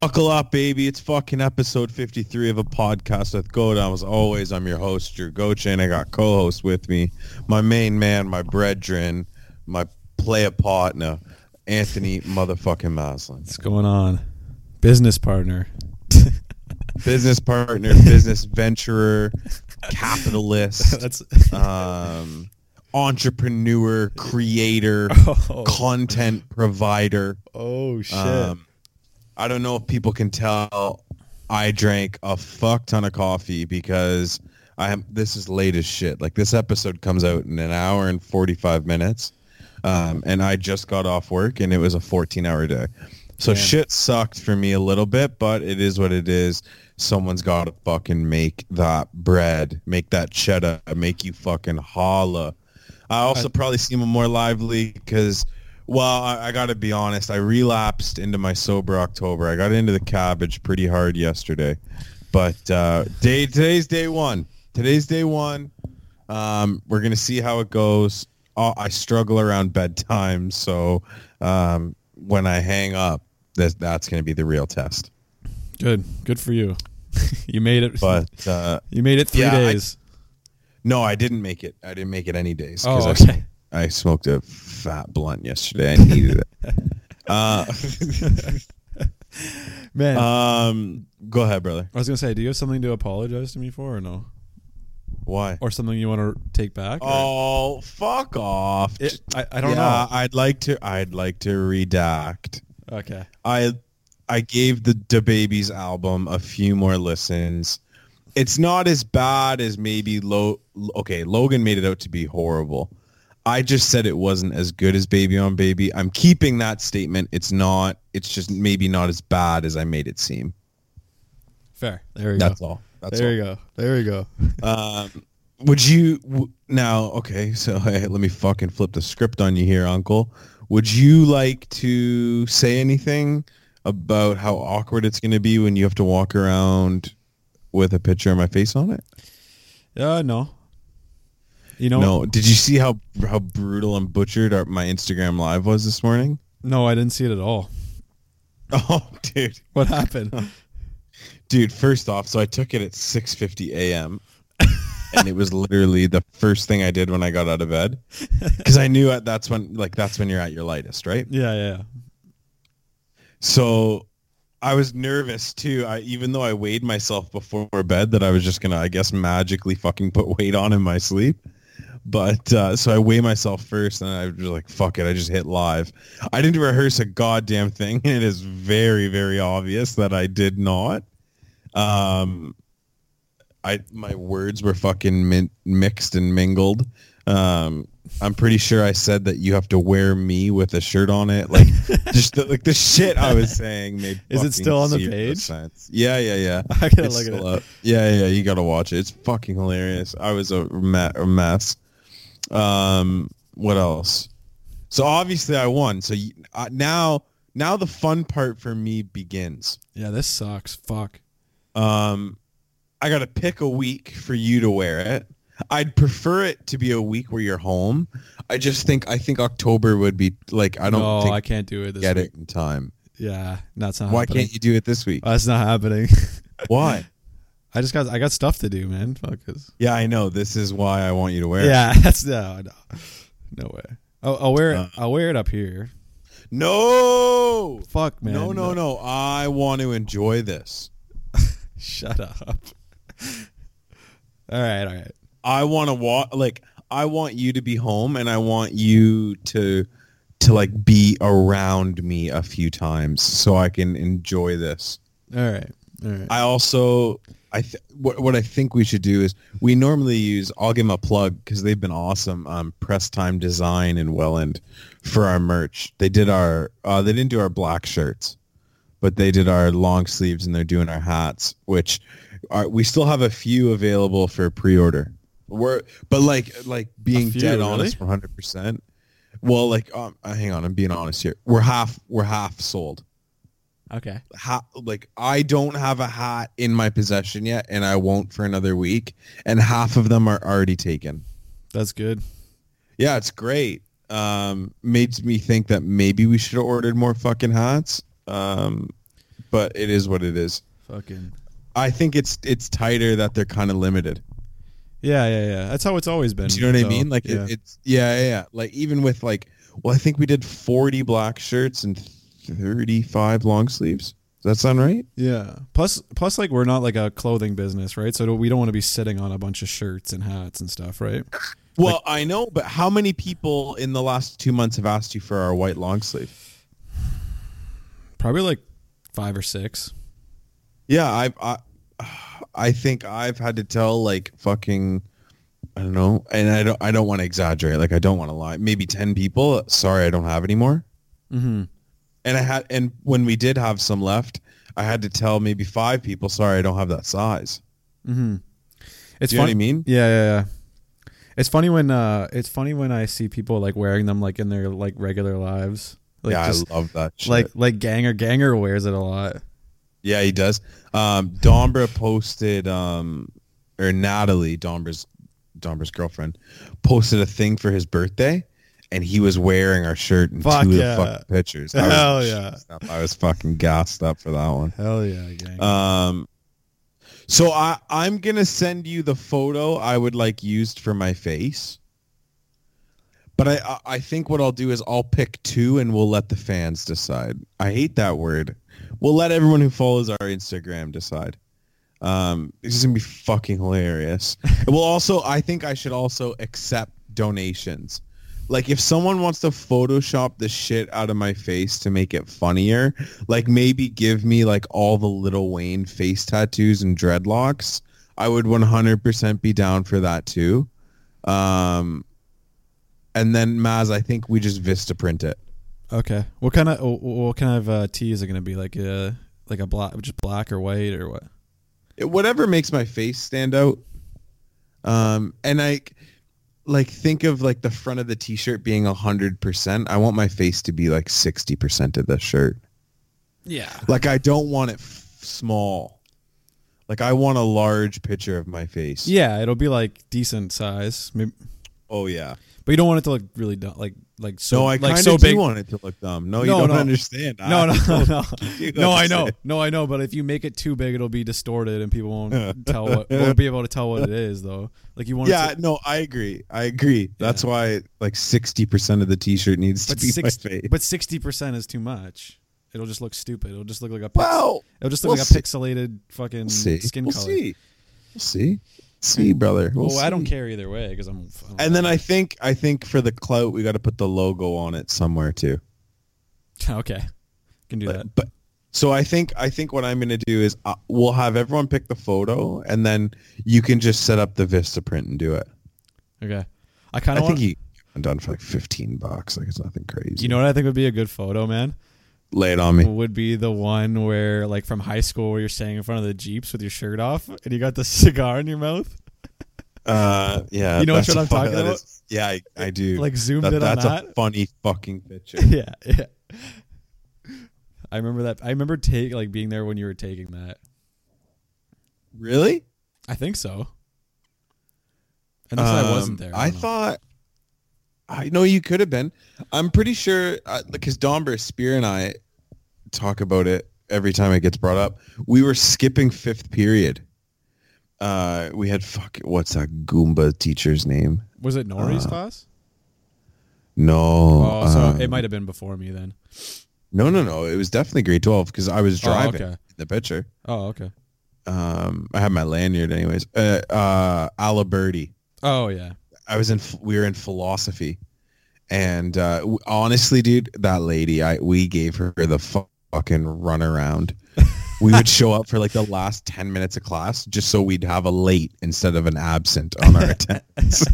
Buckle up, baby. It's fucking episode 53 of a podcast with Goda. As always, I'm your host, Drew Gocha, and I got co-host with me, my main man, my brethren, my player partner, Anthony motherfucking Maslin. What's going on? Business partner. Business partner, business venturer, capitalist, That's um, entrepreneur, creator, oh, content provider. oh shit. Um, I don't know if people can tell. I drank a fuck ton of coffee because I am. This is late as shit. Like this episode comes out in an hour and forty five minutes, um, and I just got off work and it was a fourteen hour day. So Damn. shit sucked for me a little bit, but it is what it is. Someone's got to fucking make that bread, make that cheddar, make you fucking holla. I also probably seem more lively because, well, I, I got to be honest. I relapsed into my sober October. I got into the cabbage pretty hard yesterday, but uh, day today's day one. Today's day one. Um, we're gonna see how it goes. Uh, I struggle around bedtime, so um, when I hang up, that's that's gonna be the real test. good. Good for you. you made it. But uh, you made it three Yeah, I- days. no, I didn't make it. I didn't make it any days oh, I okay. I smoked a fat blunt yesterday. I needed it. Uh, Man, um, go ahead, brother. Uh, I was gonna say, do you have something to apologize to me for, or no, Why? or something you want to take back? or- Oh, fuck off! It- I, I don't Yeah, I'd like to. I'd like to redact. know. Okay. I I gave the the babies album a few more listens. It's not as bad as maybe Lo. Okay, Logan made it out to be horrible. I just said it wasn't as good as Baby on Baby. I'm keeping that statement. It's not. It's just maybe not as bad as I made it seem. Fair. There we That's go. all. That's there all. you go. There we go. Um, would you w- now? Okay, so hey, let me fucking flip the script on you here, Uncle. Would you like to say anything about how awkward it's going to be when you have to walk around with a picture of my face on it? Yeah. No. You know. No. Did you see how how brutal and butchered our, my Instagram live was this morning? No, I didn't see it at all. Oh, dude, What happened? dude. First off, so I took it at six fifty a.m. and it was literally the first thing I did when I got out of bed because I knew at, that's when like that's when you're at your lightest, right? yeah. Yeah. So I was nervous too. I even though I weighed myself before bed that I was just gonna, I guess, magically fucking put weight on in my sleep. But uh, so I weigh myself first, and I was just like, "Fuck it!" I just hit live. I didn't rehearse a goddamn thing, and it is very, very obvious that I did not. Um, I my words were fucking min- mixed and mingled. Um, I'm pretty sure I said that you have to wear me with a shirt on it, like just the, like the shit I was saying. Made Is it fucking still on the zero page? Sense. Yeah, yeah, yeah. I gotta It's look at still it. up. Yeah, yeah, you gotta watch it. It's fucking hilarious. I was a, ma- a mess. Um, what else? So obviously I won. So you, uh, now, now the fun part for me begins. Yeah. This sucks. Fuck. Um, I got to pick a week for you to wear it. I'd prefer it to be a week where you're home. I just think I think October would be like I don't no, think I can't do it. This get week. it in time. Yeah, that's not. Why happening. Uh, can't you do it this week? That's not happening. Why? I just got I got stuff to do, man. Fuck this. Yeah, I know. This is why I want you to wear it. Yeah, that's no, no, no way. I'll, I'll wear it. Uh. I'll wear it up here. No. Fuck, man. No, no, no. I want to enjoy this. Shut up. all right, all right. I want to walk like I want you to be home and I want you to to like be around me a few times so I can enjoy this. All right. All right. I also I th- what what I think we should do is we normally use I'll give them a plug because they've been awesome. Um, Press Time Design in Welland for our merch. They did our uh, they didn't do our black shirts, but they did our long sleeves and they're doing our hats, which are we still have a few available for pre order. We're but like like being few, dead really? honest, one hundred percent. Well, like um, uh, hang on, I'm being honest here. We're half we're half sold okay. hat like I don't have a hat in my possession yet and I won't for another week and half of them are already taken. That's good. Yeah, it's great. Um made me think that maybe we should have ordered more fucking hats. Um but it is what it is. Fucking. I think it's it's tighter that they're kind of limited. Yeah, yeah, yeah. That's how it's always been. Do you know what though. I mean? Like yeah. it, it's yeah, yeah, yeah. Like even with like, well, I think we did forty black shirts and thirty-five long sleeves. Does that sound right? yeah. Plus, plus, like we're not like a clothing business, right? So we don't want to be sitting on a bunch of shirts and hats and stuff, right? Well, I know, but how many people in the last two months have asked you for our white long sleeve? Probably like five or six. Yeah, I've, I, I think I've had to tell like fucking, I don't know, and I don't, I don't want to exaggerate. Like I don't want to lie. Maybe ten people. Sorry, I don't have any more. Mm-hmm. And I had, and when we did have some left, I had to tell maybe five people. Sorry, I don't have that size. Mm-hmm. It's Do you know funny. what I mean? Yeah, yeah, yeah. It's funny when uh, it's funny when I see people like wearing them like in their like regular lives. Like yeah, just, I love that. Shit. like like Ganger Ganger wears it a lot. Yeah, he does. Um, Dombra posted, um, or Natalie Dombra's Dombra's girlfriend posted a thing for his birthday, and he was wearing our shirt in Fuck two yeah. of the fucking pictures. I Hell was, yeah. I was fucking gassed up for that one. Hell yeah, gang. Um, so I I'm gonna send you the photo I would like used for my face. But I I- I think what I'll do is I'll pick two and we'll let the fans decide. I hate that word. We'll let everyone who follows our Instagram decide. Um, this is gonna be fucking hilarious. And we'll also I think I should also accept donations. Like if someone wants to Photoshop the shit out of my face to make it funnier, like maybe give me like all the little Wayne face tattoos and dreadlocks. I would 100% be down for that too. Um, and then Maz, I think we just Vista print it. okay, what kind of wh- what kind of uh, tee is it gonna be? Like a like a black, just black or white or what? It- whatever makes my face stand out. Um, and I like think of like the front of the t-shirt being 100%. I want my face to be like 60% of the shirt. Yeah. Like I don't want it f- small. Like I want a large picture of my face. Yeah, it'll be like decent size, maybe, Oh yeah. but you don't want it to look really dumb, like like so No, I like kind of so do big. want it to look dumb. No, you No, don't no. understand. no, no, no, no, Uh, You no. I understand. know, no, I know. But if you make it too big, it'll be distorted, and people won't tell what won't be able to tell what it is, though. Like you want, Yeah, it to, no, I agree. I agree. That's why like sixty percent of the T-shirt needs to but be six, my face. but sixty percent is too much. It'll just look stupid. It'll just look like a pix- well, it'll just look we'll like see. a pixelated fucking we'll see. skin we'll color. see. We'll see. See, brother. Well, We'll I don't see. care either way because I'm. I don't- And then I think I think for the clout, we got to put the logo on it somewhere too. okay, can do But- that. But so I think I think what I'm going to do is uh, we'll have everyone pick the photo, and then you can just set up the Vista print and do it. Okay, I I, kind of think want. you I'm done for like 15 bucks. Like it's nothing crazy. You know what I think would be a good photo, man? lay it on me. Would be the one where, like, from high school, where you're standing in front of the jeeps with your shirt off and you got the cigar in your mouth. Uh, yeah, You know that's what a I'm fu- talking that about? is- yeah, I, I do. Like, zoomed That- in on that's a that? funny fucking picture. yeah, yeah. I remember that. I remember take like being there when you were taking that. really? I think so. Unless I wasn't Um, there. I, don't know. thought. I know you could have been. I'm pretty sure uh, because Domber Spear and I talk about it every time it gets brought up. We were skipping fifth period. Uh, we had fuck. What's that Goomba teacher's name? was it Nori's Uh, class? No. Oh, so um, it might have been before me then. No, no, no. It was definitely grade 12 because I was Oh, okay. driving the picture. Oh, okay. um I had my lanyard anyways. Uh uh Aliberti. Oh, yeah. I was in we were in philosophy. And uh w- honestly dude, that lady, I we gave her the fu- fucking runaround. we would show up for like the last 10 minutes of class just so we'd have a late instead of an absent on our attendance.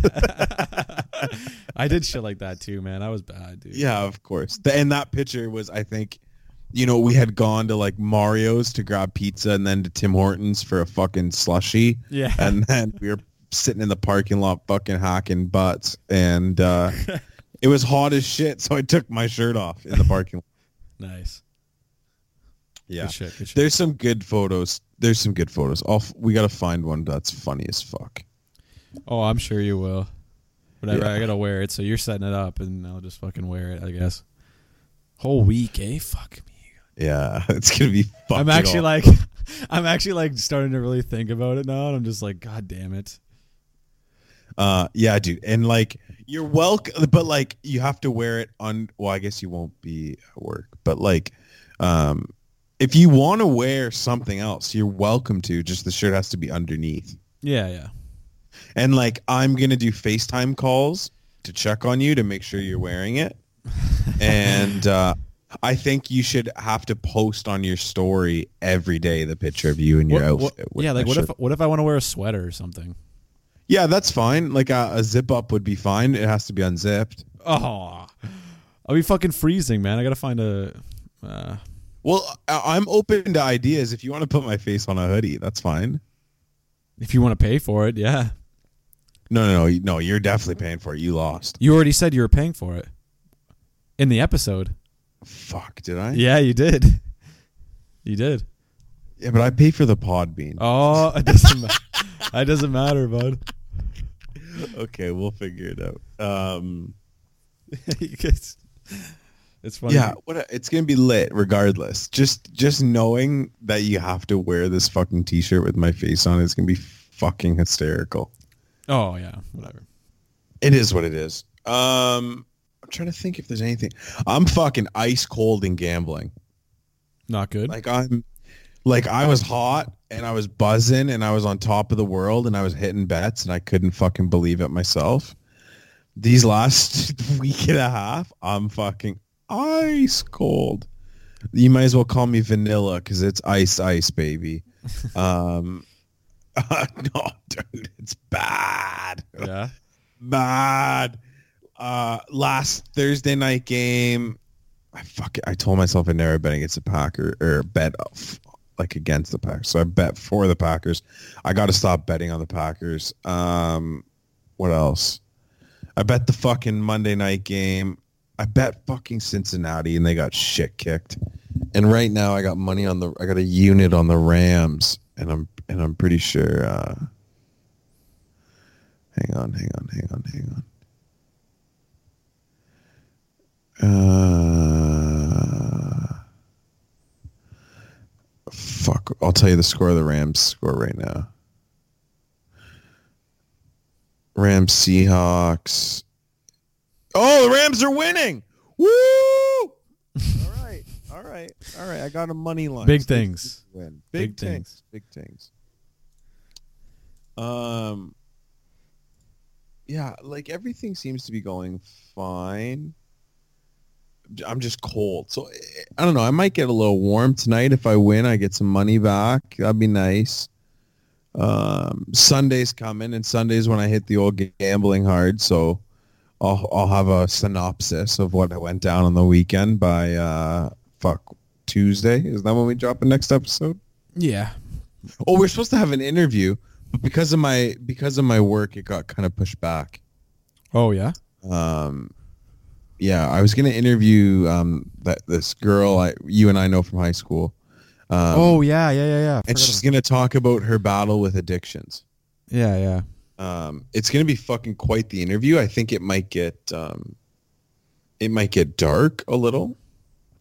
I did shit like that too, man. I was bad, dude. yeah, of course. The, and that picture was I think you know, we had gone to like Mario's to grab pizza and then to Tim Hortons for a fucking slushy. Yeah. and then we were sitting in the parking lot fucking hacking butts and uh it was hot as shit so i took my shirt off in the parking lot nice. yeah Good shit. Good shit. there's some good photos there's some good photos I'll f- we gotta find one that's funny as fuck Oh, I'm sure you will. Whatever, Yeah. I gotta wear it. So you're setting it up, and I'll just fucking wear it, I guess. Whole week, eh? Fuck me. Yeah, it's gonna be. Fucking I'm actually awful. like, I'm actually like starting to really think about it now, and I'm just like, God damn it. Uh, yeah, dude, and like you're welcome, but like you have to wear it on. Well, I guess you won't be at work, but like, um, if you want to wear something else, you're welcome to. Just the shirt has to be underneath. Yeah, yeah. And like, I'm gonna do FaceTime calls to check on you to make sure you're wearing it, and uh, I think you should have to post on your story every day the picture of you in your What- outfit. what- with yeah, like that what shirt. if what if I want to wear a sweater or something? Yeah, that's fine. Like a, a zip up would be fine. It has to be unzipped. Oh, I'll be fucking freezing, man. I gotta find a. Uh, Well, I- I'm open to ideas. If you want to put my face on a hoodie, that's fine. if you want to pay for it, yeah. No, no, no, no. You're definitely paying for it. You lost. You already said you were paying for it in the episode. Fuck, did I? Yeah, you did. You did. Yeah, but I pay for the pod bean. Oh, it doesn't. ma- it doesn't matter, bud. Okay, we'll figure it out. Um, You guys- it's funny. yeah, what a, it's gonna be lit regardless. Just just knowing that you have to wear this fucking t-shirt with my face on is gonna be fucking hysterical. Oh yeah. Whatever. It is what it is. Um, I'm trying to think if there's anything. I'm fucking ice cold in gambling. Not good. Like I'm like I was hot and I was buzzing and I was on top of the world and I was hitting bets and I couldn't fucking believe it myself. These last week and a half, I'm fucking ice cold. You might as well call me vanilla because it's ice ice, baby. um no, dude, it's bad yeah. bad. Uh, last Thursday night game, I fuck it, I told myself I never bet against the Packers or bet f- like against the Packers. So I bet for the Packers. I got to stop betting on the Packers. Um, what else? I bet the fucking Monday night game. I bet fucking Cincinnati and they got shit kicked. And right now I got money on the I got a unit on the Rams and I'm and I'm pretty sure uh Hang on, hang on, hang on, hang on. Uh, fuck. I'll tell you the score of the Rams score right now. Rams Seahawks. Oh, the Rams are winning. Woo! All right. All right. All right. I got a money line. Big Steelers things. Win. Big Big, things. Big things. Um yeah, like everything seems to be going fine. I'm just cold. So eh, I don't know. I might get a little warm tonight. If I win, I get some money back. That'd be nice. Um, Sunday's coming, and Sunday's when I hit the old gambling hard. So I'll, I'll have a synopsis of what went down on the weekend by uh, fuck Tuesday. Is that when we drop the next episode? Yeah. Oh, we're supposed to have an interview, but because of my because of my work, it got kind of pushed back. Oh yeah. um yeah i was gonna interview um that this girl i you and i know from high school um, oh yeah. Yeah yeah yeah. and Forgot she's gonna talk about her battle with addictions about- yeah yeah. um it's gonna be fucking quite the interview i think it might get um it might get dark a little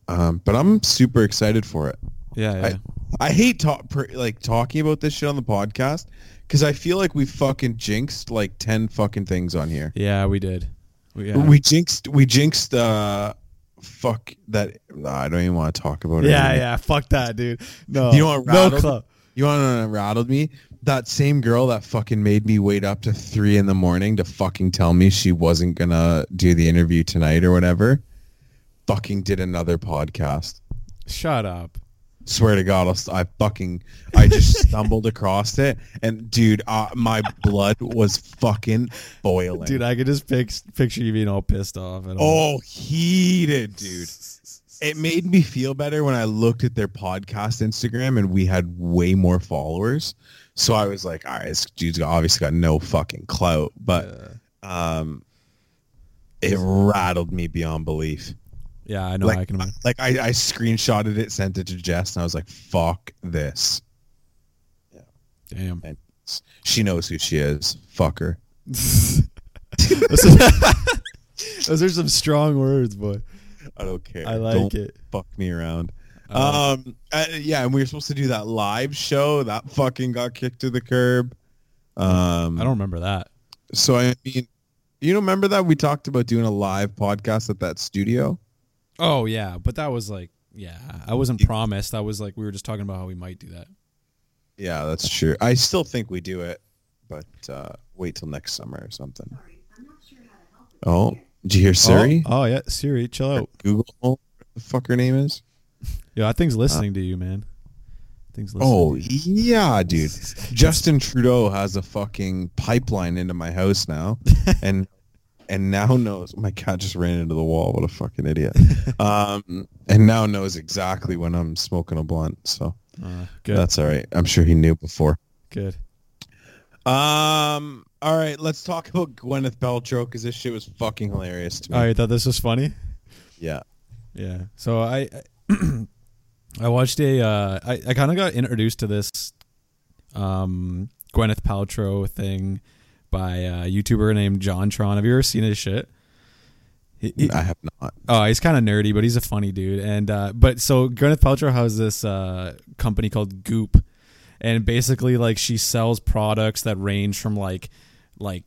um but i'm super excited for it Yeah yeah. I- I hate talk, per, like talking about this shit on the podcast because I feel like we fucking jinxed like ten fucking things on here. yeah we did. We, yeah. We jinxed. We jinxed. Uh, fuck that. nah, I don't even want to talk about it. yeah anymore. yeah. Fuck that dude. No. You know what no rattled? club. You want to rattled me? That same girl that fucking made me wait up to three in the morning to fucking tell me she wasn't gonna do the interview tonight or whatever. Fucking did another podcast. Shut up. Swear to God, I'll, st- I fucking I just stumbled across it, and dude, uh, my blood was fucking boiling. Dude, I could just pic- picture you being all pissed off. And all. Oh, heated, dude. It made me feel better when I looked at their podcast Instagram and we had way more followers. So I was like, all right, this dude's got- obviously got no fucking clout, but Yeah. um, it rattled me beyond belief. yeah, I know. like, I can imagine. Like I, I screenshotted it, sent it to Jess, and I was like, fuck this. Damn. She knows who she is. Fuck her. Those are some strong words, boy. I don't care. I like Don't it. Fuck me around. Um, uh, yeah, and we were supposed to do that live show that fucking got kicked to the curb. Um, I don't remember that. So I mean, you don't remember that we talked about doing a live podcast at that studio? Oh yeah, but that was like yeah, I wasn't promised. I was like we were just talking about how we might do that. Yeah, that's true. I still think we do it, but uh, wait till next summer or something. Oh, did you hear Siri? Oh, oh, yeah, Siri, chill out. Google, what the fuck her name is? Yo, that thing's listening to you, man. That Thing's listening. Oh yeah, dude. Justin Trudeau has a fucking pipeline into my house now, and and now knows. oh My cat just ran into the wall. What a fucking idiot. Um, and now knows exactly when I'm smoking a blunt. So Uh, good, that's all right. I'm sure he knew before. good. Um. All right, let's talk about Gwyneth Paltrow because this shit was fucking hilarious to me. Oh, you thought this was funny? yeah. Yeah. So I I- I watched a uh I, I kind of got introduced to this um Gwyneth Paltrow thing by a YouTuber named John Tron. Have you ever seen his shit? He- he- I have not. Oh, he's kind of nerdy, but he's a funny dude. And uh, but so Gwyneth Paltrow has this uh, company called Goop, and basically like she sells products that range from like like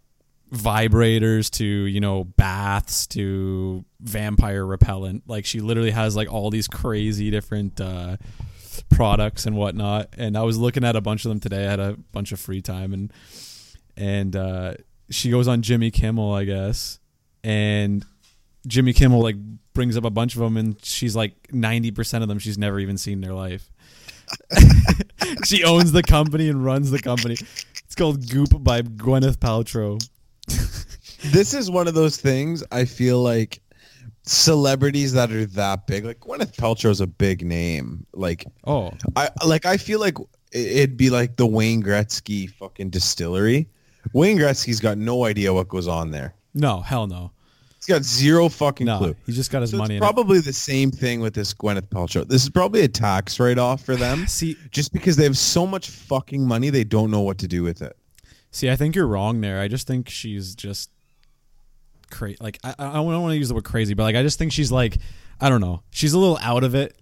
vibrators to you know baths to vampire repellent. Like she literally has like all these crazy different uh, products and whatnot. And I was looking at a bunch of them today. I had a bunch of free time and and uh, she goes on Jimmy Kimmel, I guess, and Jimmy Kimmel like brings up a bunch of them, and she's like ninety percent of them she's never even seen in her life. she owns the company and runs the company. It's called Goop by Gwyneth Paltrow. This is one of those things I feel like celebrities that are that big, like Gwyneth Paltrow is a big name. Like Oh, I like I feel like it- it'd be like the Wayne Gretzky fucking distillery. Wayne Gretzky's got no idea what goes on there. no, hell no, He's got zero fucking no. clue. He just got his So money. it's in it. probably the same thing with this Gwyneth Paltrow. This is probably a tax write-off for them. See, just because they have so much fucking money they don't know what to do with it See, I think you're wrong there. I just think she's just crazy. Like, I, I don't want to use the word crazy, but like, I just think she's like, I don't know. She's a little out of it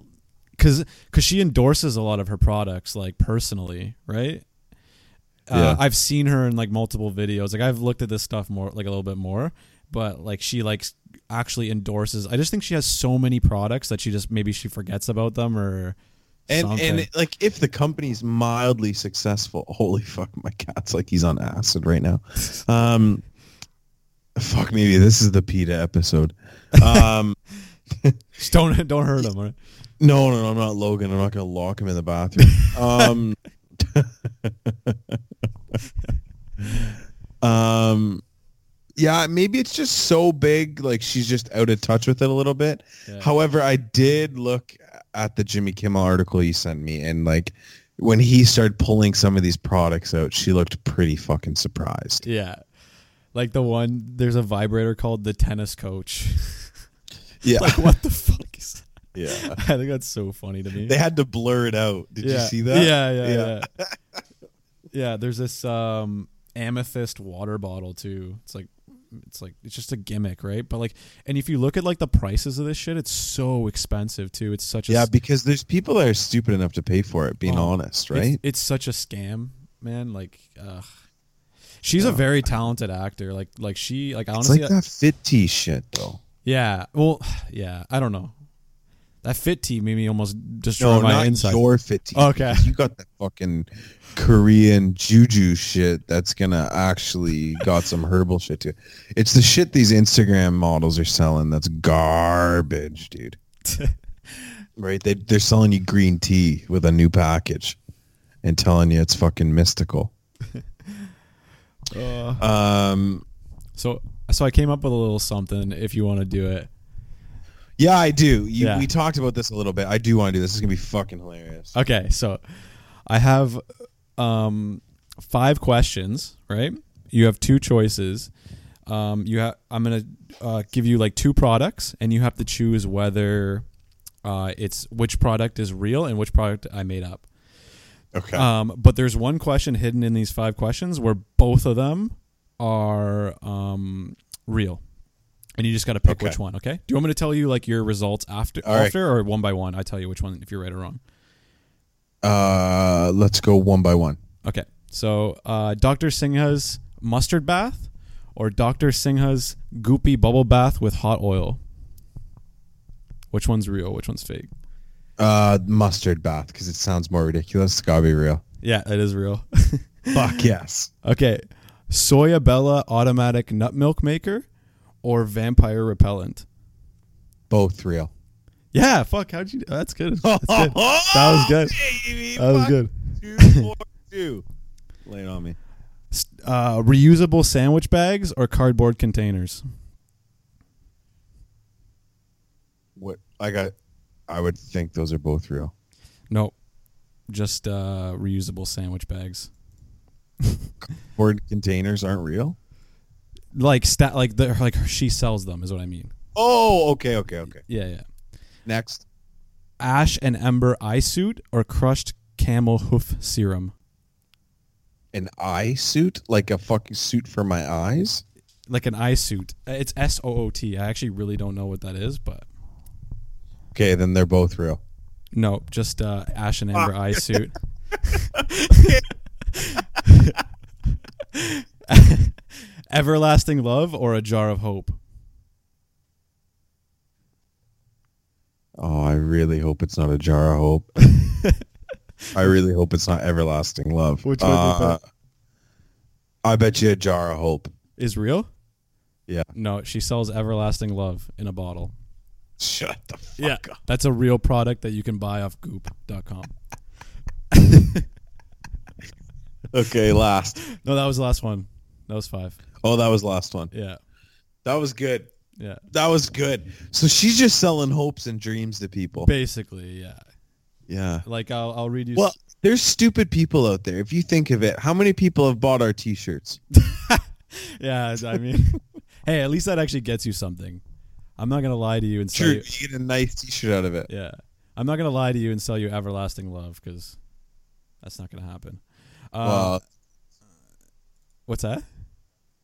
because she endorses a lot of her products, like personally, right? Uh, Yeah. I've seen her in like multiple videos. Like, I've looked at this stuff more, like a little bit more, but like, she like actually endorses. I just think she has so many products that she just maybe she forgets about them or. and something. and like if the company's mildly successful holy fuck my cat's like he's on acid right now um fuck maybe this is the peta episode um Just don't don't hurt them. Right? no no no i'm not logan i'm not gonna lock him in the bathroom um um yeah maybe it's just so big like she's just out of touch with it a little bit Yeah. However, I did look at the Jimmy Kimmel article you sent me, and like when he started pulling some of these products out, she looked pretty fucking surprised. Yeah. Like the one, there's a vibrator called the tennis coach. Yeah, like, what the fuck is that? yeah. I think that's so funny to me. They had to blur it out. Did yeah. you see that? Yeah, yeah, yeah. Yeah, there's this um, amethyst water bottle, too. It's like, it's like, it's just a gimmick, right? But like, and if you look at like the prices of this shit, it's so expensive, too. It's such a, Yeah, s- because there's people that are stupid enough to pay for it. Being Oh, honest, it's- right? It's, such a scam, man. Like, ugh. She's a very talented actor. Like, like she, like It's honestly, like that fit tea shit, though. Yeah. Well, yeah. I don't know. That fit tee made me almost destroy No, my not inside. your fit tea. Okay. because You got that fucking Korean juju shit that's gonna actually got some herbal shit to it. It's the shit these Instagram models are selling that's garbage, dude. right? They they're selling you green tea with a new package and telling you it's fucking mystical. Uh, Um so, so I came up with a little something. If you want to do it, yeah, I do. You, Yeah. We talked about this a little bit. I do want to do this. This is gonna be fucking hilarious. okay. So, I have um five questions. Right. You have two choices. Um, you have. I'm gonna uh, give you like two products, and you have to choose whether uh, it's which product is real and which product I made up. Okay. Um, but there's one question hidden in these five questions where both of them are um, real. and you just got to pick Okay. which one. Okay. Do you want me to tell you like your results after All right. after or one by one? I tell you which one if you're right or wrong. Uh, let's go one by one. Okay. So uh, Dr. Singha's mustard bath or Dr. Singha's goopy bubble bath with hot oil. Which one's real? Which one's fake? Uh, mustard bath because it sounds more ridiculous. It's gotta be real. Yeah, it is real. Fuck yes. okay. Soyabella automatic nut milk maker or vampire repellent? Both real. Yeah, fuck. How'd you? That's good. That's good. That was good. Oh, Baby, That was fuck good. Two, four, two. Lay it on me. S- Uh, reusable sandwich bags or cardboard containers? What I got? I would think those are both real. Nope. Just uh, reusable sandwich bags. Board containers aren't real. Like stat, like the like she sells them is what I mean. Oh, okay, okay, okay. Yeah, yeah. Next, Ash and Ember eye suit or crushed camel hoof serum. an eye suit, like a fucking suit for my eyes. Like an eye suit. Uh, It's S O O T. I actually really don't know what that is, but Okay, then they're both real. no, just uh, Ash and Ember eye suit. Everlasting love or a jar of hope. Oh, I really hope it's not a jar of hope. I really hope it's not everlasting love. Uh, Which one do you I bet you a jar of hope. Is real? Yeah. No, she sells everlasting love in a bottle. Shut the fuck up. That's a real product that you can buy off goop.com. Okay, last. No, that was the last one. That was five. Oh, that was last one. Yeah. That was good. Yeah. That was good. So she's just selling hopes and dreams to people. Basically, yeah. Yeah. Like I'll I'll read you Well, there's stupid people out there. If you think of it, how many people have bought our t-shirts? Yeah, I mean Hey, at least that actually gets you something. I'm not gonna lie to you and sell Sure, you you get a nice t-shirt out of it. Yeah. I'm not gonna lie to you and sell you everlasting love because that's not gonna happen. Uh, Well, what's that?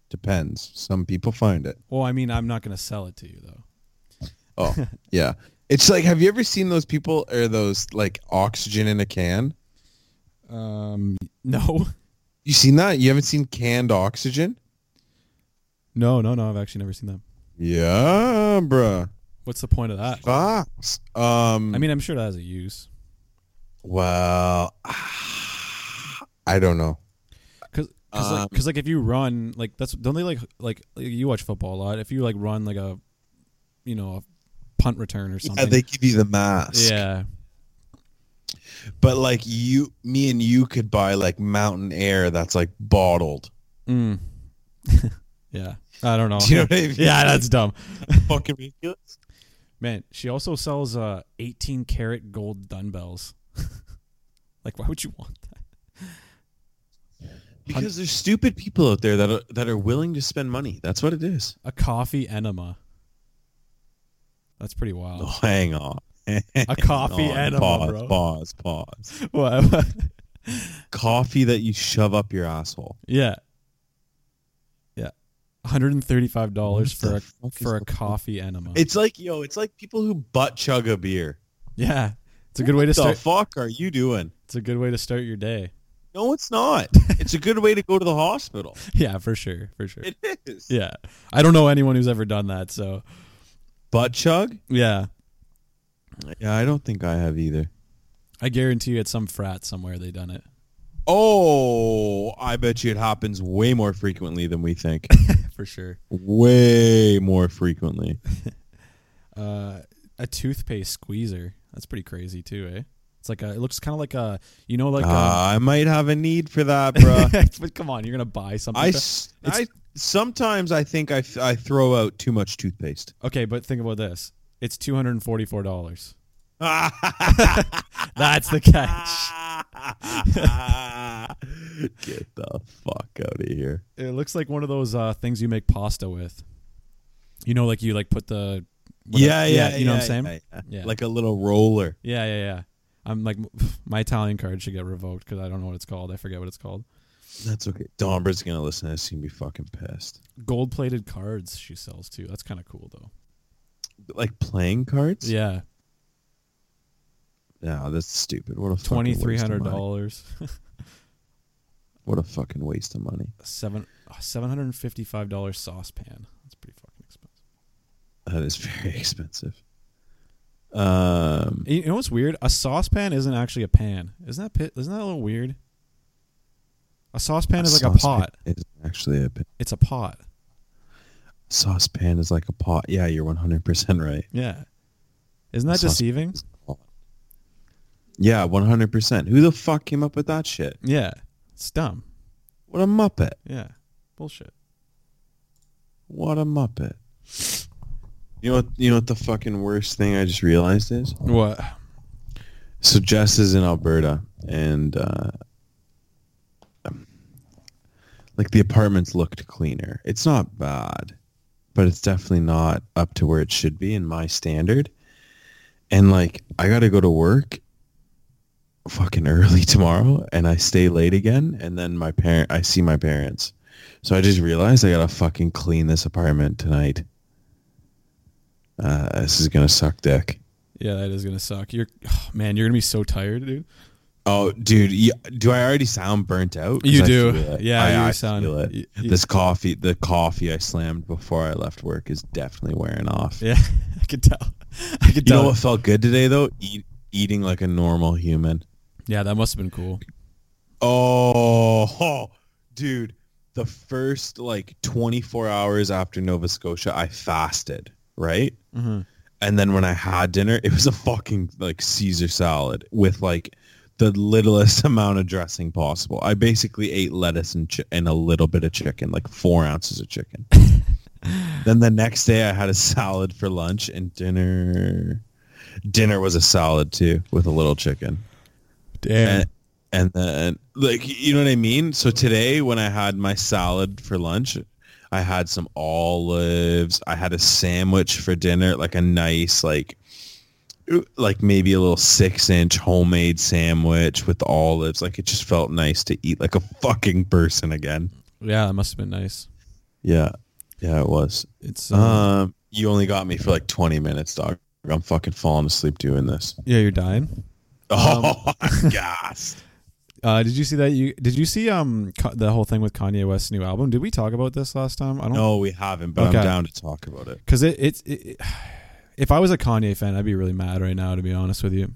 depends. Some people find it. Well, I mean I'm not gonna sell it to you though. Oh, yeah. It's like, have you ever seen those people or those like oxygen in a can? Um no. You seen that? You haven't seen canned oxygen? No, no, no, I've actually never seen that. Yeah, bruh. What's the point of that? Fox. Um, I mean, I'm sure that has a use. well, I don't know. Cause, cause, Um, like, 'cause, like, if you run, like, that's don't they like, like, like, you watch football a lot. If you like run like a, you know, a punt return or Yeah, something. they give you the mask. Yeah. But like you, me and you could buy like mountain air that's like bottled. Mm. yeah. I don't know. Do you know what I mean? yeah, that's dumb. Fucking ridiculous. Man, she also sells uh 18 karat gold dumbbells. like, why would you want that? Because there's stupid people out there that are, that are willing to spend money. That's what it is. A coffee enema. That's pretty wild. Oh, hang on. A coffee Hang on. enema, Oh, pause, bro. Pause, pause. What? Coffee that you shove up your asshole. yeah. Yeah. $135 for the a fuck is for a the- coffee enema. It's like, yo, it's like people who butt chug a beer. Yeah. It's a good way to What the start fuck are you doing? it's a good way to start your day. No, it's not. it's a good way to go to the hospital. Yeah, for sure, for sure. It is. yeah. I don't know anyone who's ever done that, so Butt chug? yeah. Yeah, I don't think I have either. I guarantee you at some frat somewhere they done it. Oh, I bet you it happens way more frequently than we think. For sure. way more frequently. Uh a toothpaste squeezer. That's pretty crazy too, eh? It's like a it looks kinda like a you know like Uh, a I might have a need for that, bro. but come on, you're gonna buy something. I, for- s- I- sometimes I think I, f- I throw out too much toothpaste. okay, but think about this. It's two hundred and forty four dollars. That's the catch. Get the fuck out of here. It looks like one of those uh, things you make pasta with. You know, like you like put the Yeah, yeah, you know what yeah, I'm saying? yeah, yeah. Yeah. Like a little roller. Yeah, yeah, yeah. I'm like, my Italian card should get revoked because I don't know what it's called. I forget what it's called. That's okay. Domber's gonna listen to this. He's gonna be fucking pissed. Gold plated cards she sells too. That's kind of cool though. Like playing cards? Yeah, No, that's stupid. What a fucking twenty waste of three hundred money. dollars, What a fucking waste of money. seven seven hundred and fifty five dollars saucepan. That's pretty fucking expensive. That is very expensive. Um, You you know what's weird? A saucepan isn't actually a pan. Isn't that pi- isn't that a little weird? A saucepan is like a saucepan pot. Is actually a It's a pot. saucepan is like a pot. Yeah, you're 100 percent right. Yeah. Isn't that Saucepan. deceiving? Yeah, 100 percent. Who the fuck came up with that shit? Yeah. It's dumb. What a muppet! Yeah. Bullshit. What a muppet! You know what? You know what the fucking worst thing I just realized is. What? So Jess is in Alberta, and uh, like the apartments looked cleaner. It's not bad, but it's definitely not up to where it should be in my standard. And like I got to go to work fucking early tomorrow, and I stay late again, and then my parent I see my parents. So I just realized I gotta fucking clean this apartment tonight. Uh, this is gonna suck dick. Yeah, that is gonna suck. You're man, you're gonna be so tired, dude. Oh, dude, you, do I already sound burnt out? 'Cause You I do. feel it. Yeah, I, you I sound- Feel it. y- y- this coffee, the coffee I slammed before I left work is definitely wearing off. Yeah, I could tell. I could you tell. know what felt good today though? Eat, eating like a normal human. Yeah, that must have been cool. Oh, oh, dude, the first like 24 hours after Nova Scotia, I fasted, right? Mhm. And then when I had dinner, it was a fucking like Caesar salad with like the littlest amount of dressing possible. I basically ate lettuce and, chi- and a little bit of chicken, like four ounces of chicken. then the next day I had a salad for lunch and dinner. Dinner was a salad too with a little chicken Damn. and, and then like you know what I mean. So today when I had my salad for lunch, I had some olives. I had a sandwich for dinner, like a nice like like maybe a little six inch homemade sandwich with olives. Like it just felt nice to eat like a fucking person again. yeah, that must have been nice. Yeah, yeah, it was. It's uh, Um, you only got me for like twenty minutes, dog. I'm fucking falling asleep doing this. yeah, you're dying. Oh, I'm gassed. Uh, did you see that? You did you see um Ka- the whole thing with Kanye West's new album? Did we talk about this last time? I don't No, we haven't, but Okay. I'm down to talk about it. because it, it's it, it- if I was a Kanye fan, I'd be really mad right now, to be honest with you,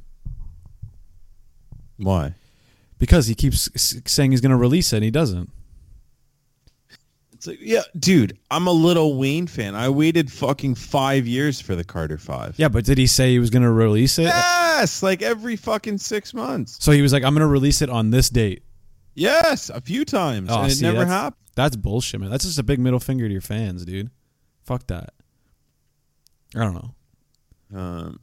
Why? because he keeps s- saying he's going to release it and he doesn't. It's like, yeah, dude, I'm a little Wayne fan. I waited fucking five years for the Carter Five. Yeah, but did he say he was going to release it? Yes, like every fucking six months. So he was like, "I'm going to release it on this date." Yes, a few times, Oh, and it see, never that's- happened. That's bullshit, man. That's just a big middle finger to your fans, dude. Fuck that. I don't know. Um,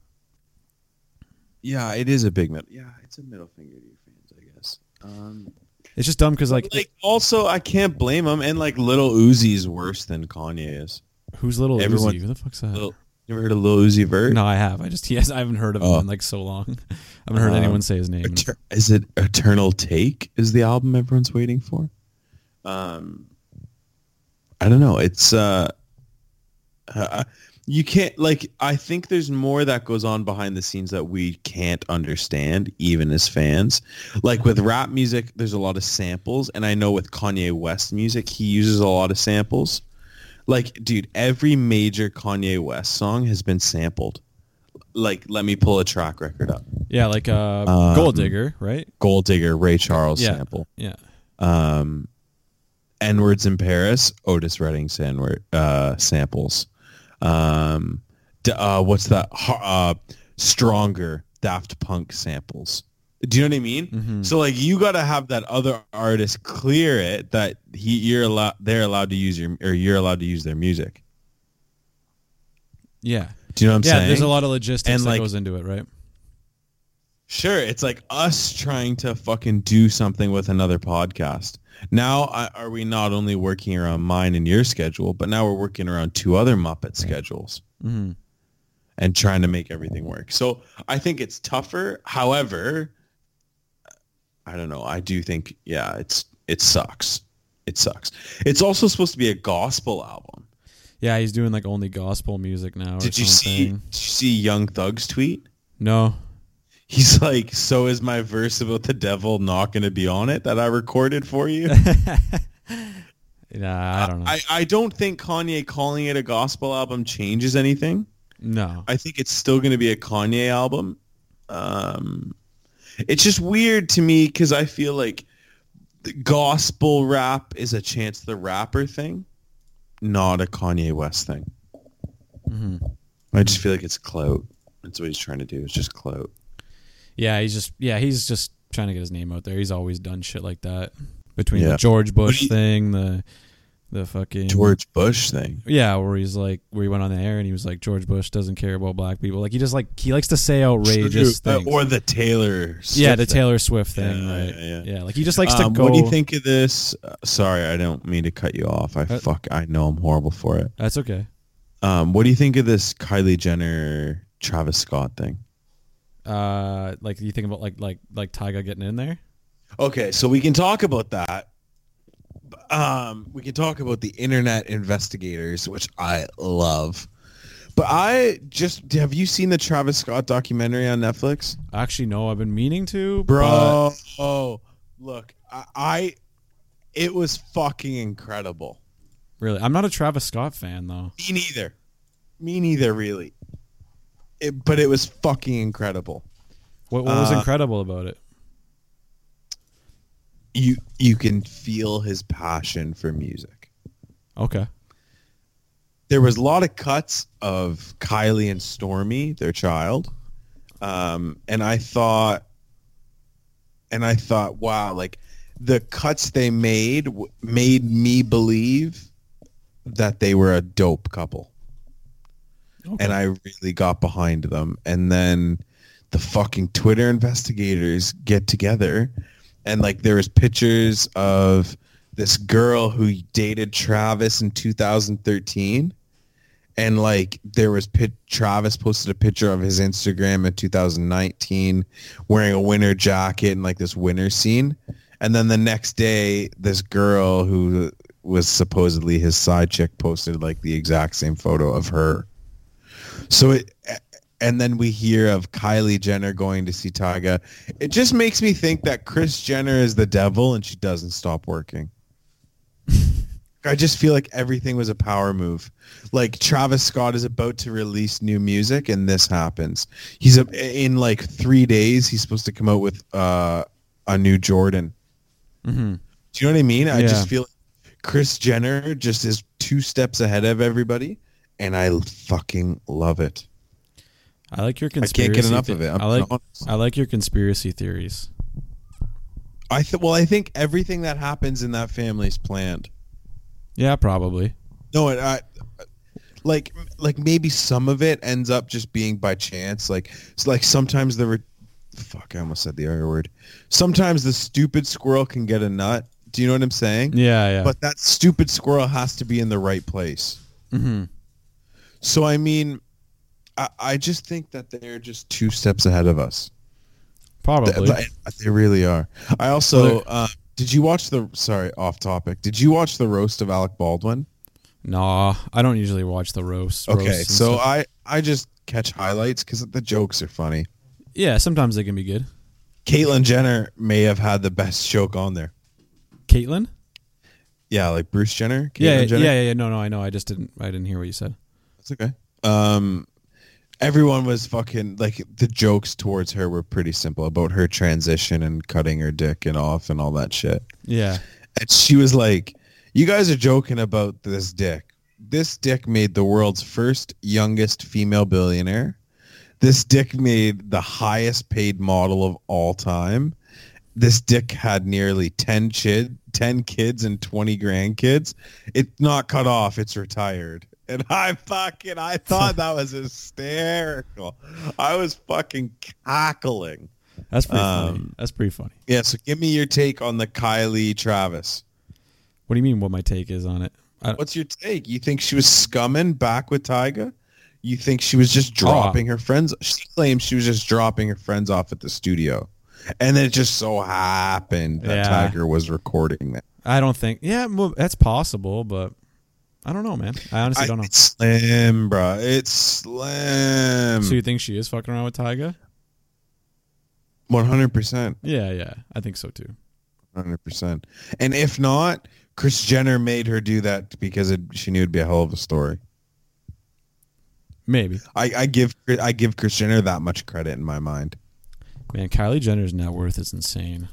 yeah, it is a big middle. Yeah, it's a middle finger to your fans, I guess. Um, It's just dumb because like, like, also, I can't blame them. And like, Little Uzi's worse than Kanye is. who's little everyone- Uzi? Who the fuck's that? Lil, you ever heard of Lil Uzi Vert? no, I have. I just yes, I haven't heard of Oh. him in like so long. I haven't heard Um, anyone say his name. Eter- is it Eternal Take? Is the album everyone's waiting for? Um, I don't know. It's uh, uh, you can't like. I think there's more that goes on behind the scenes that we can't understand, even as fans. Like with rap music, there's a lot of samples, and I know with Kanye West music, he uses a lot of samples. Like, dude, every major Kanye West song has been sampled. Like, let me pull a track record up. Yeah, like uh, Um, Gold Digger, right? Gold Digger, Ray Charles Yeah. sample. Yeah. Um, N words in Paris, Otis Redding sandword, uh, samples. Um, d- uh, what's that? Ha- Uh, stronger Daft Punk samples. Do you know what I mean? Mm-hmm. So like, you got to have that other artist clear it that he you're allowed they're allowed to use your or you're allowed to use their music. Yeah. Do you know what I'm yeah, saying? there's a lot of logistics And, that like- goes into it, right? Sure, it's like us trying to fucking do something with another podcast. Now, I, are we not only working around mine and your schedule, but now we're working around two other Muppet schedules Mhm. and trying to make everything work. So I think it's tougher. However, I don't know. I do think, yeah, it's it sucks. It sucks. It's also supposed to be a gospel album. Yeah, he's doing like only gospel music now. or Did you see? Did something. you see Young Thug's tweet? No. He's like, so is my verse about the devil not going to be on it that I recorded for you? Nah, I don't know. I, I don't think Kanye calling it a gospel album changes anything. no. I think it's still going to be a Kanye album. Um, it's just weird to me because I feel like the gospel rap is a Chance the Rapper thing, not a Kanye West thing. Mm-hmm. I just feel like it's clout. That's what he's trying to do. It's just clout. Mm-hmm. yeah, he's just yeah, he's just trying to get his name out there. He's always done shit like that. Between Yeah. the George Bush he- thing, the the fucking George Bush thing. Yeah, where he's like where he went on the air and he was like George Bush doesn't care about black people. Like he just like he likes to say outrageous Uh, things. or the Taylor. yeah, Swift thing. the Taylor Swift thing, Yeah, right? yeah, Yeah, yeah. like he just likes to Um, go. What do you think of this? Uh, sorry, I don't mean to cut you off. I Uh, fuck. I know I'm horrible for it. That's okay. Um, what do you think of this Kylie Jenner Travis Scott thing? Uh, like you think about like like like Tyga getting in there. Okay, so we can talk about that. Um, we can talk about the internet investigators, which I love. But I just have you seen the Travis Scott documentary on Netflix? Actually, no, I've been meaning to, Bro, oh, look, I, I it was fucking incredible. but Really, I'm not a Travis Scott fan though. Me neither. Me neither, really. It, but it was fucking incredible. What, what was Uh, incredible about it? You you can feel his passion for music. Okay. There was a lot of cuts of Kylie and Stormy, their child, um, and I thought, and I thought, wow, like the cuts they made w- made me believe that they were a dope couple. okay. and I really got behind them. And then the fucking Twitter investigators get together, and like there was pictures of this girl who dated Travis in 2013, and like there was pit- Travis posted a picture of his Instagram in 2019 wearing a winter jacket and like this winter scene, and then the next day this girl who was supposedly his side chick posted like the exact same photo of her. So it, and then we hear of Kylie Jenner going to see Tyga. It just makes me think that Chris Jenner is the devil and she doesn't stop working. I just feel like everything was a power move. Like Travis Scott is about to release new music and this happens. He's a, in like 3 days he's supposed to come out with uh, a new Jordan. Mhm. Do you know what I mean? I Yeah. just feel like Chris Jenner just is two steps ahead of everybody and I fucking love it. I like your I conspiracy. can't get enough the- of it. I'm I like honest. I like your conspiracy theories. I th- well, I think everything that happens in that family is planned. Yeah, probably. No, it, I like like maybe some of it ends up just being by chance. Like it's like sometimes the re- fuck, I almost said the R word. Sometimes the stupid squirrel can get a nut. Do you know what I'm saying? Yeah, yeah. But that stupid squirrel has to be in the right place. Mhm. So I mean, I, I just think that they're just two steps ahead of us. Th- probably. th- They, really are. I also uh, did you watch the sorry off topic? Did you watch the roast of Alec Baldwin? nah, I don't usually watch the roast. Okay, so I I just catch highlights because the jokes are funny. yeah, sometimes they can be good. Caitlyn Jenner may have had the best joke on there. Caitlin. Yeah, like Bruce Jenner. Caitlyn Yeah, yeah, Jenner. yeah, yeah. No, no, I know. I just didn't. I didn't hear what you said. That's okay. Um, everyone was fucking like the jokes towards her were pretty simple about her transition and cutting her dick and off and all that shit. Yeah. And she was like, "You guys are joking about this dick. This dick made the world's first youngest female billionaire. This dick made the highest paid model of all time. This dick had nearly 10 chid, 10 kids and 20 grandkids. It's not cut off, it's retired." And I fucking I thought that was hysterical. I was fucking cackling. That's pretty funny. Um, That's pretty funny. Yeah, so give me your take on the Kylie Travis. What do you mean? What my take is on it? I, What's your take? You think she was scumming back with Tyga? Oh. You think she was just dropping her friends? She claims she was just dropping her friends off at the studio. And it just so happened that Yeah. Tiger was recording that. I don't think. Yeah, well, that's possible, but I don't know, man. I honestly I- don't know. It's slim, bro. It's slim. So you think she is fucking around with Tyga? One hundred percent, Yeah, yeah, I think so too. one hundred percent. And if not, Chris Jenner made her do that because it, she knew it'd be a hell of a story. Maybe, I, I give I give Chris Jenner that much credit in my mind. man. Kylie Jenner's net worth is insane.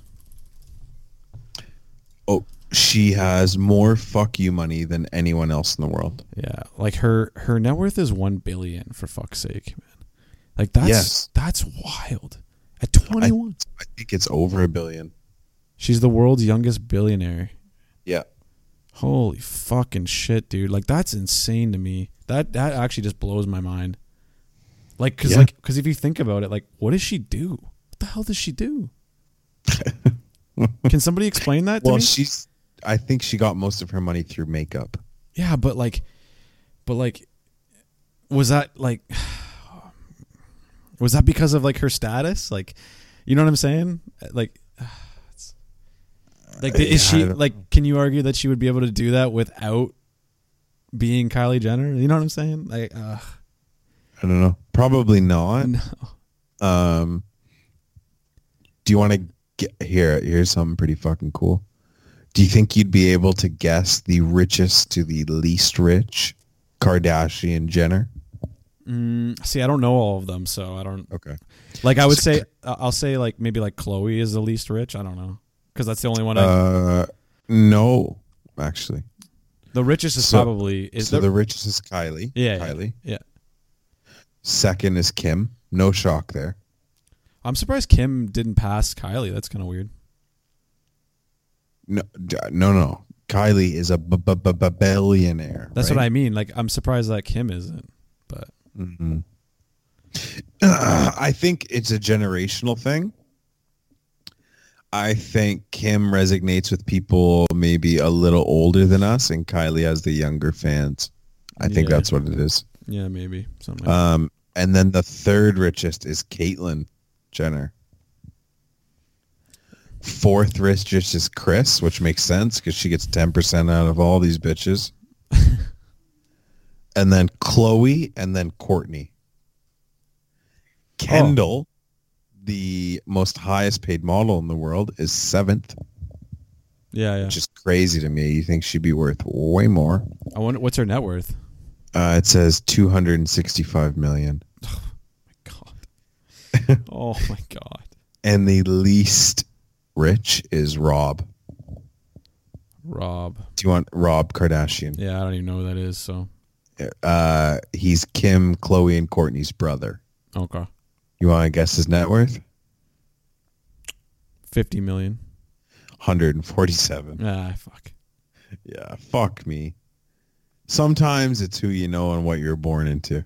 Oh, she has more fuck you money than anyone else in the world. Yeah, like her her net worth is one billion for fuck's sake, man. Like that's Yes. that's wild. At twenty one, I think it's over a billion. she's the world's youngest billionaire. Yeah. Holy fucking shit, dude! Like that's insane to me. That that actually just blows my mind. Like, cause Yeah. like, cause if you think about it, like, what does she do? What the hell does she do? Can somebody explain that to Well, me? she's. I think she got most of her money through makeup. yeah, but like, but like, was that like, was that because of like her status? Like, you know what I'm saying? Like, it's- like Uh, is yeah, I she don't like? Can you argue that she would be able to do that without being Kylie Jenner? You know what I'm saying? Like, uh, I don't know. Probably not. no. Um, do you want to get here? Here's something pretty fucking cool. Do you think you'd be able to guess the richest to the least rich Kardashian Jenner? Mm, see, I don't know all of them, so I don't Okay. like. I would say I- I'll say like maybe like Chloe is the least rich. I don't know because that's the only one. I, Uh, no, actually. the richest is so- probably is so the, the richest is Kylie. Yeah, yeah. Kylie. yeah. Second is Kim. No shock there. I'm surprised Kim didn't pass Kylie. That's kind of weird. No, d- no, no. Kylie is a b- b- b- b- billionaire. That's what I mean. Like I'm surprised that Kim isn't. But I. I think it's a generational thing. I think Kim resonates with people maybe a little older than us, and Kylie has the younger fans. I think Yeah. that's what it is. yeah, maybe something. Like Um, and then the third richest is Caitlyn Jenner. Fourth richest is Chris, which makes sense because she gets ten percent out of all these bitches. and then Chloe, and then Courtney. Oh. Kendall, the most highest paid model in the world, is seventh, yeah, yeah. which is crazy to me. You think she'd be worth way more? I wonder what's her net worth. Uh, it says two hundred and sixty-five million. God. oh my God. and the least rich is Rob. Rob. Do you want Rob Kardashian? Yeah, I don't even know who that is. So Uh, he's Kim, Chloe, and Courtney's brother. okay, You want to guess his net worth? fifty million. 147. Ah, fuck. Yeah, fuck me. Sometimes it's who you know and what you're born into.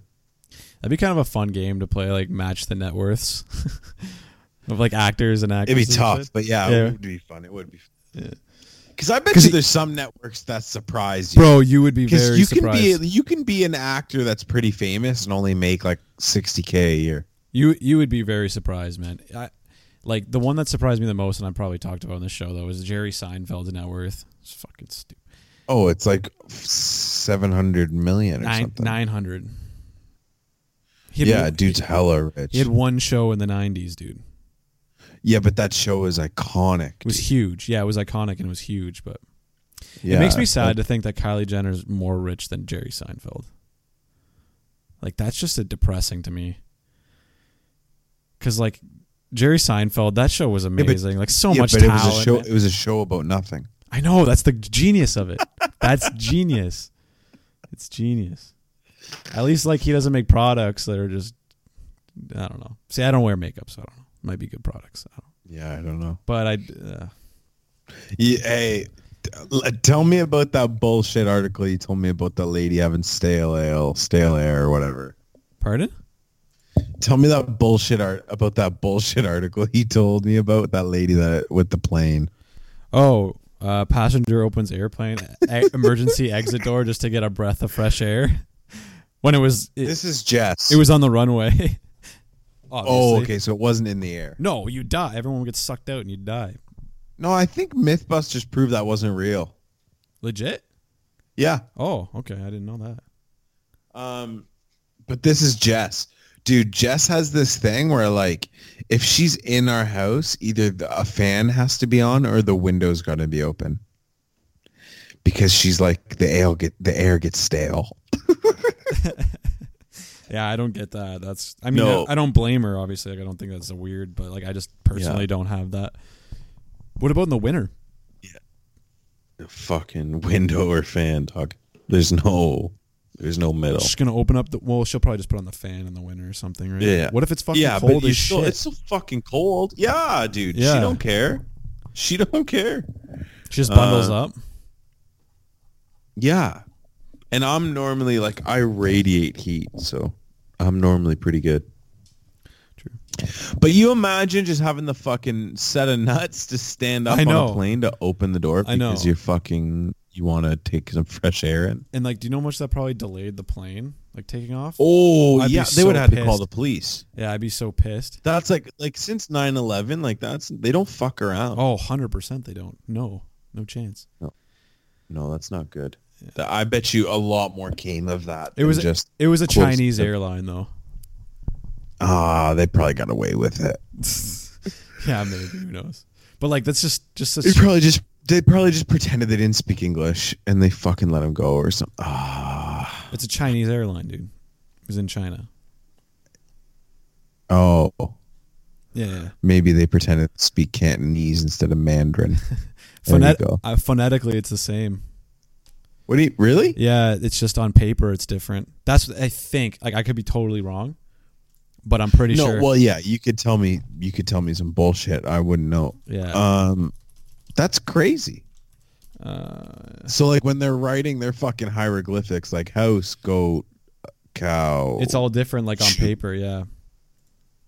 That'd be kind of a fun game to play, like match the net worths of like actors and actors. It'd be tough, but yeah, Yeah. it would be fun. It would be. Because I bet 'Cause you he- there's some networks that surprise you. bro. You would be Because very you can surprised. be you can be an actor that's pretty famous and only make like 60k a year. you you would be very surprised, man. I, like the one that surprised me the most, and I probably talked about on this show though, was Jerry Seinfeld's net worth. It's fucking stupid. Oh, it's like 700 million or Nine something. nine hundred. yeah, dude's hella rich. He had one show in the '90s, dude. yeah, but that show is iconic. It was dude. huge. Yeah, it was iconic and it was huge, but yeah, It makes me sad to think that Kylie Jenner's more rich than Jerry Seinfeld. Like that's just a depressing to me. Cause like Jerry Seinfeld, that show was but- amazing. like so yeah, much but talent. it was a show. man. It was a show about nothing. I know that's the genius of it. that's genius. It's genius. At least like he doesn't make products that are just. I don't know. See, I don't wear makeup, so I don't know. Might be good products. I don't know. Yeah, I don't know. But I. Uh, Yeah, hey, t- l- tell me about that bullshit article you told me about the lady having stale ale, stale air, or whatever. pardon? Tell me that bullshit art about that bullshit article you told me about that lady that with the plane. Oh, uh, passenger opens airplane e- emergency exit door just to get a breath of fresh air. When it was it, This is Jess. it was on the runway. Obviously. Oh, okay. So it wasn't in the air. No, you die. Everyone gets sucked out and you die. No, I think MythBusters proved that wasn't real. Legit? Yeah. Oh, okay. I didn't know that. Um, but this is Jess. Dude, Jess has this thing where like if she's in our house, either the, a fan has to be on or the window's got to be open. Because she's like the ale get the air gets stale. Yeah, I don't get that. That's I mean, No. I, I don't blame her. Obviously, like I don't think that's a weird, but like I just personally Yeah. don't have that. What about in the winter? The fucking window or fan, dog. There's no there's no middle. She's gonna open up the. Well, she'll probably just put on the fan in the winter or something, right? Yeah. What if it's fucking Yeah, cold but you as still, shit? it's so fucking cold. Yeah, dude. Yeah. She don't care. She don't care. she just bundles uh, up. Yeah. And I'm normally like I radiate heat, so I'm normally pretty good. True. But you imagine just having the fucking set of nuts to stand up I on know. a plane to open the door because I know. you're fucking you want to take some fresh air in. And like, do you know how much that probably delayed the plane like taking off? Oh I'd be yeah, they so would have had to call pissed. the police. Yeah, I'd be so pissed. That's like like since 9/11, like that's they don't fuck around. Oh, 100% they don't. No, no chance. No, that's not good. Th- I bet you a lot more came of that. It was just it was a close Chinese to- airline though. ah, they probably got away with it. yeah, maybe who knows. But like that's just just They such, probably just they probably just pretended they didn't speak English and they fucking let him go or something. Ah, it's a Chinese airline, dude. It was in China. oh, Yeah. yeah. maybe they pretended to speak Cantonese instead of Mandarin. There you Phonet- go. uh, phonetically it's the same. What do you really? Yeah, it's just on paper it's different. That's what I think. Like I could be totally wrong, but I'm pretty no, sure. well, yeah, you could tell me you could tell me some bullshit. I wouldn't know. yeah. Um, that's crazy. uh, So like when they're writing their fucking hieroglyphics, like house, goat, cow, it's all different like on Shoot. paper, yeah.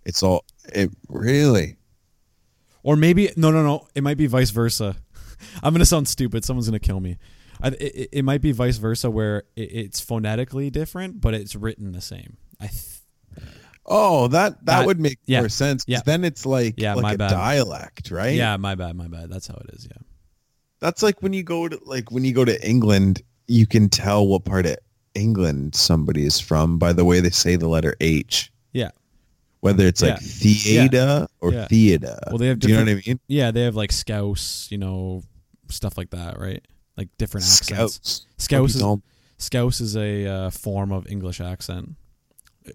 It's all it really. Or maybe no, no, no. It might be vice versa. I'm gonna sound stupid. Someone's gonna kill me. I, it- it, it might be vice versa, where it, it's phonetically different, but it's written the same. I th- Oh, that that, That- would make yeah, more sense. 'cause yeah. Then it's like Yeah, my like a bad. dialect, right? yeah, my bad, my bad. That's how it is. Yeah, That's like when you go to like when you go to England, you can tell what part of England somebody is from by the way they say the letter H. yeah, Whether it's like Yeah. theater or Yeah. theater. Well, they have Do you know what I mean? yeah. They have like scouse, you know, stuff like that, right? Like different accents. Scouts. Scouse Fucking is dumb. scouse is a uh, form of English accent.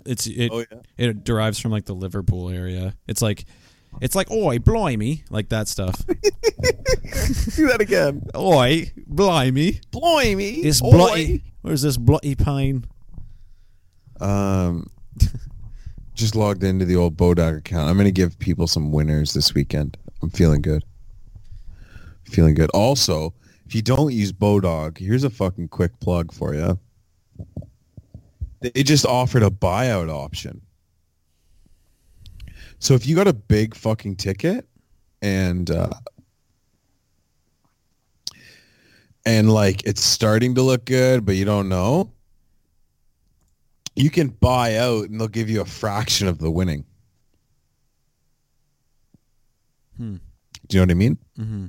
It's it, Oh yeah. it derives from like the Liverpool area. It's like it's like oi blimey, like that stuff. Do that again. oi blimey. Blimey. This oi. bloody. Where's this bloody pain? Um, just logged into the old Bodog account. I'm going to give people some winners this weekend. I'm feeling good. Feeling good. Also, if you don't use Bodog, here's a fucking quick plug for you. They just offered a buyout option. So if you got a big fucking ticket and uh, and like it's starting to look good, but you don't know, you can buy out and they'll give you a fraction of the winning. Hmm. Do you know what I mean? Mm-hmm.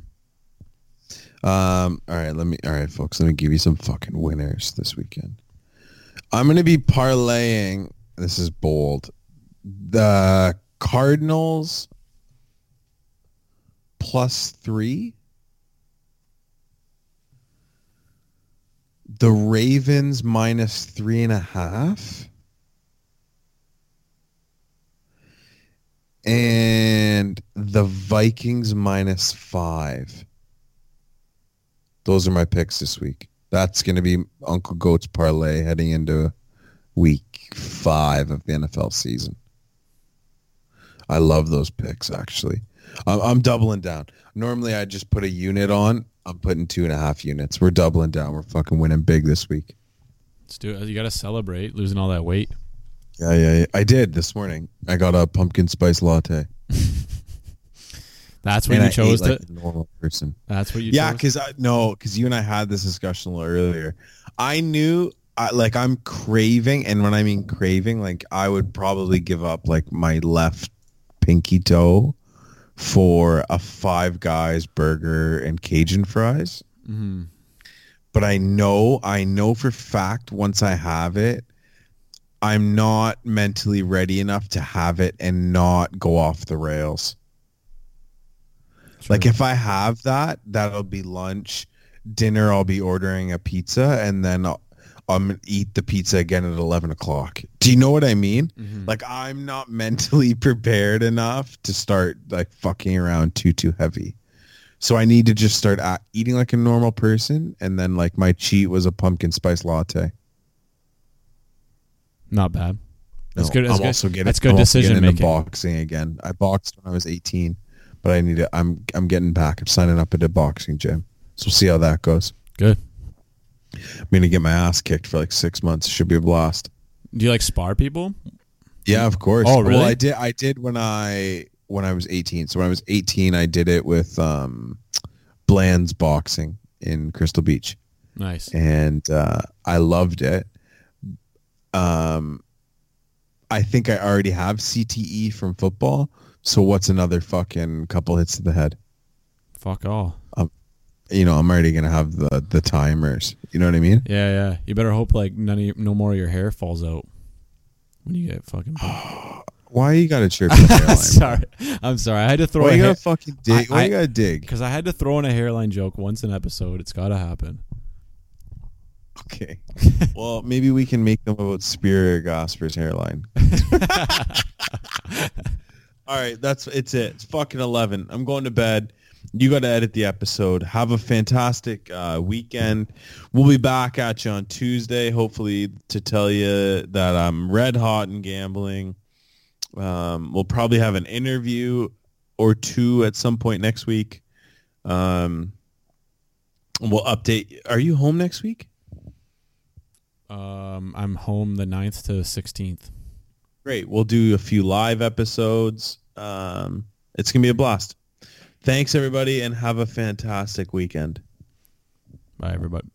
Um, all right, let me. All right, folks, let me give you some fucking winners this weekend. I'm gonna be parlaying. This is bold. The Cardinals plus three. The Ravens minus three and a half. And the Vikings minus five. Those are my picks this week. That's going to be Uncle Goat's parlay heading into week five of the NFL season. I love those picks, actually. I'm, I'm doubling down. Normally, I just put a unit on. I'm putting two and a half units. We're doubling down. We're fucking winning big this week. Let's do it. You got to celebrate losing all that weight. Yeah, yeah, yeah. I did this morning. I got a pumpkin spice latte. That's when And you I chose ate like to. a normal person. That's what you yeah chose. because i no because you and i had this discussion a little earlier i knew I, like I'm craving, and when I mean craving, like I would probably give up like my left pinky toe for a Five Guys burger and Cajun fries. Mm-hmm. But I know, I know for fact, once I have it, I'm not mentally ready enough to have it and not go off the rails. True. Like if I have that, that'll be lunch. Dinner, I'll be ordering a pizza, and then I'll, I'm gonna eat the pizza again at eleven o'clock. Do you know what I mean? Mhm. Like I'm not mentally prepared enough to start like fucking around too too heavy. So I need to just start a eating like a normal person, and then like my cheat was a pumpkin spice latte. not bad. That's No, good. That's I'm good. also getting, that's good I'm also decision getting into making. boxing again. I boxed when I was 18, but I need to. I'm I'm getting back. I'm signing up at a boxing gym, so we'll see how that goes. Good. I'm gonna get my ass kicked for like six months. Should be a blast. Do you like spar people? Yeah, of course. Oh, really? Well, I did. I did when I when I was 18. So when I was 18, I did it with um, Bland's Boxing in Crystal Beach. Nice. and uh, I loved it. Um, I think I already have CTE from football, so what's another fucking couple hits to the head? Fuck all. You know, I'm already gonna have the the timers. You know what I mean? Yeah, yeah. You better hope like none of your, no more of your hair falls out when you get fucking. Why you gotta chirp your hairline? sorry, I'm sorry. I had to throw Why a you hair gotta fucking dig? I- Why I- you gotta dig? because I had to throw in a hairline joke once an episode. It's got to happen. Okay. well, maybe we can make them about Spear Gosper's hairline. All right, that's it's it. It's fucking eleven. I'm going to bed. You got to edit the episode. Have a fantastic uh, weekend. We'll be back at you on Tuesday, hopefully, to tell you that I'm red hot in gambling. Um, we'll probably have an interview or two at some point next week. Um, we'll update. Are you home next week? Um, I'm home the 9th to sixteenth. Great. We'll do a few live episodes. Um, it's going to be a blast. Thanks, everybody, and have a fantastic weekend. Bye, everybody.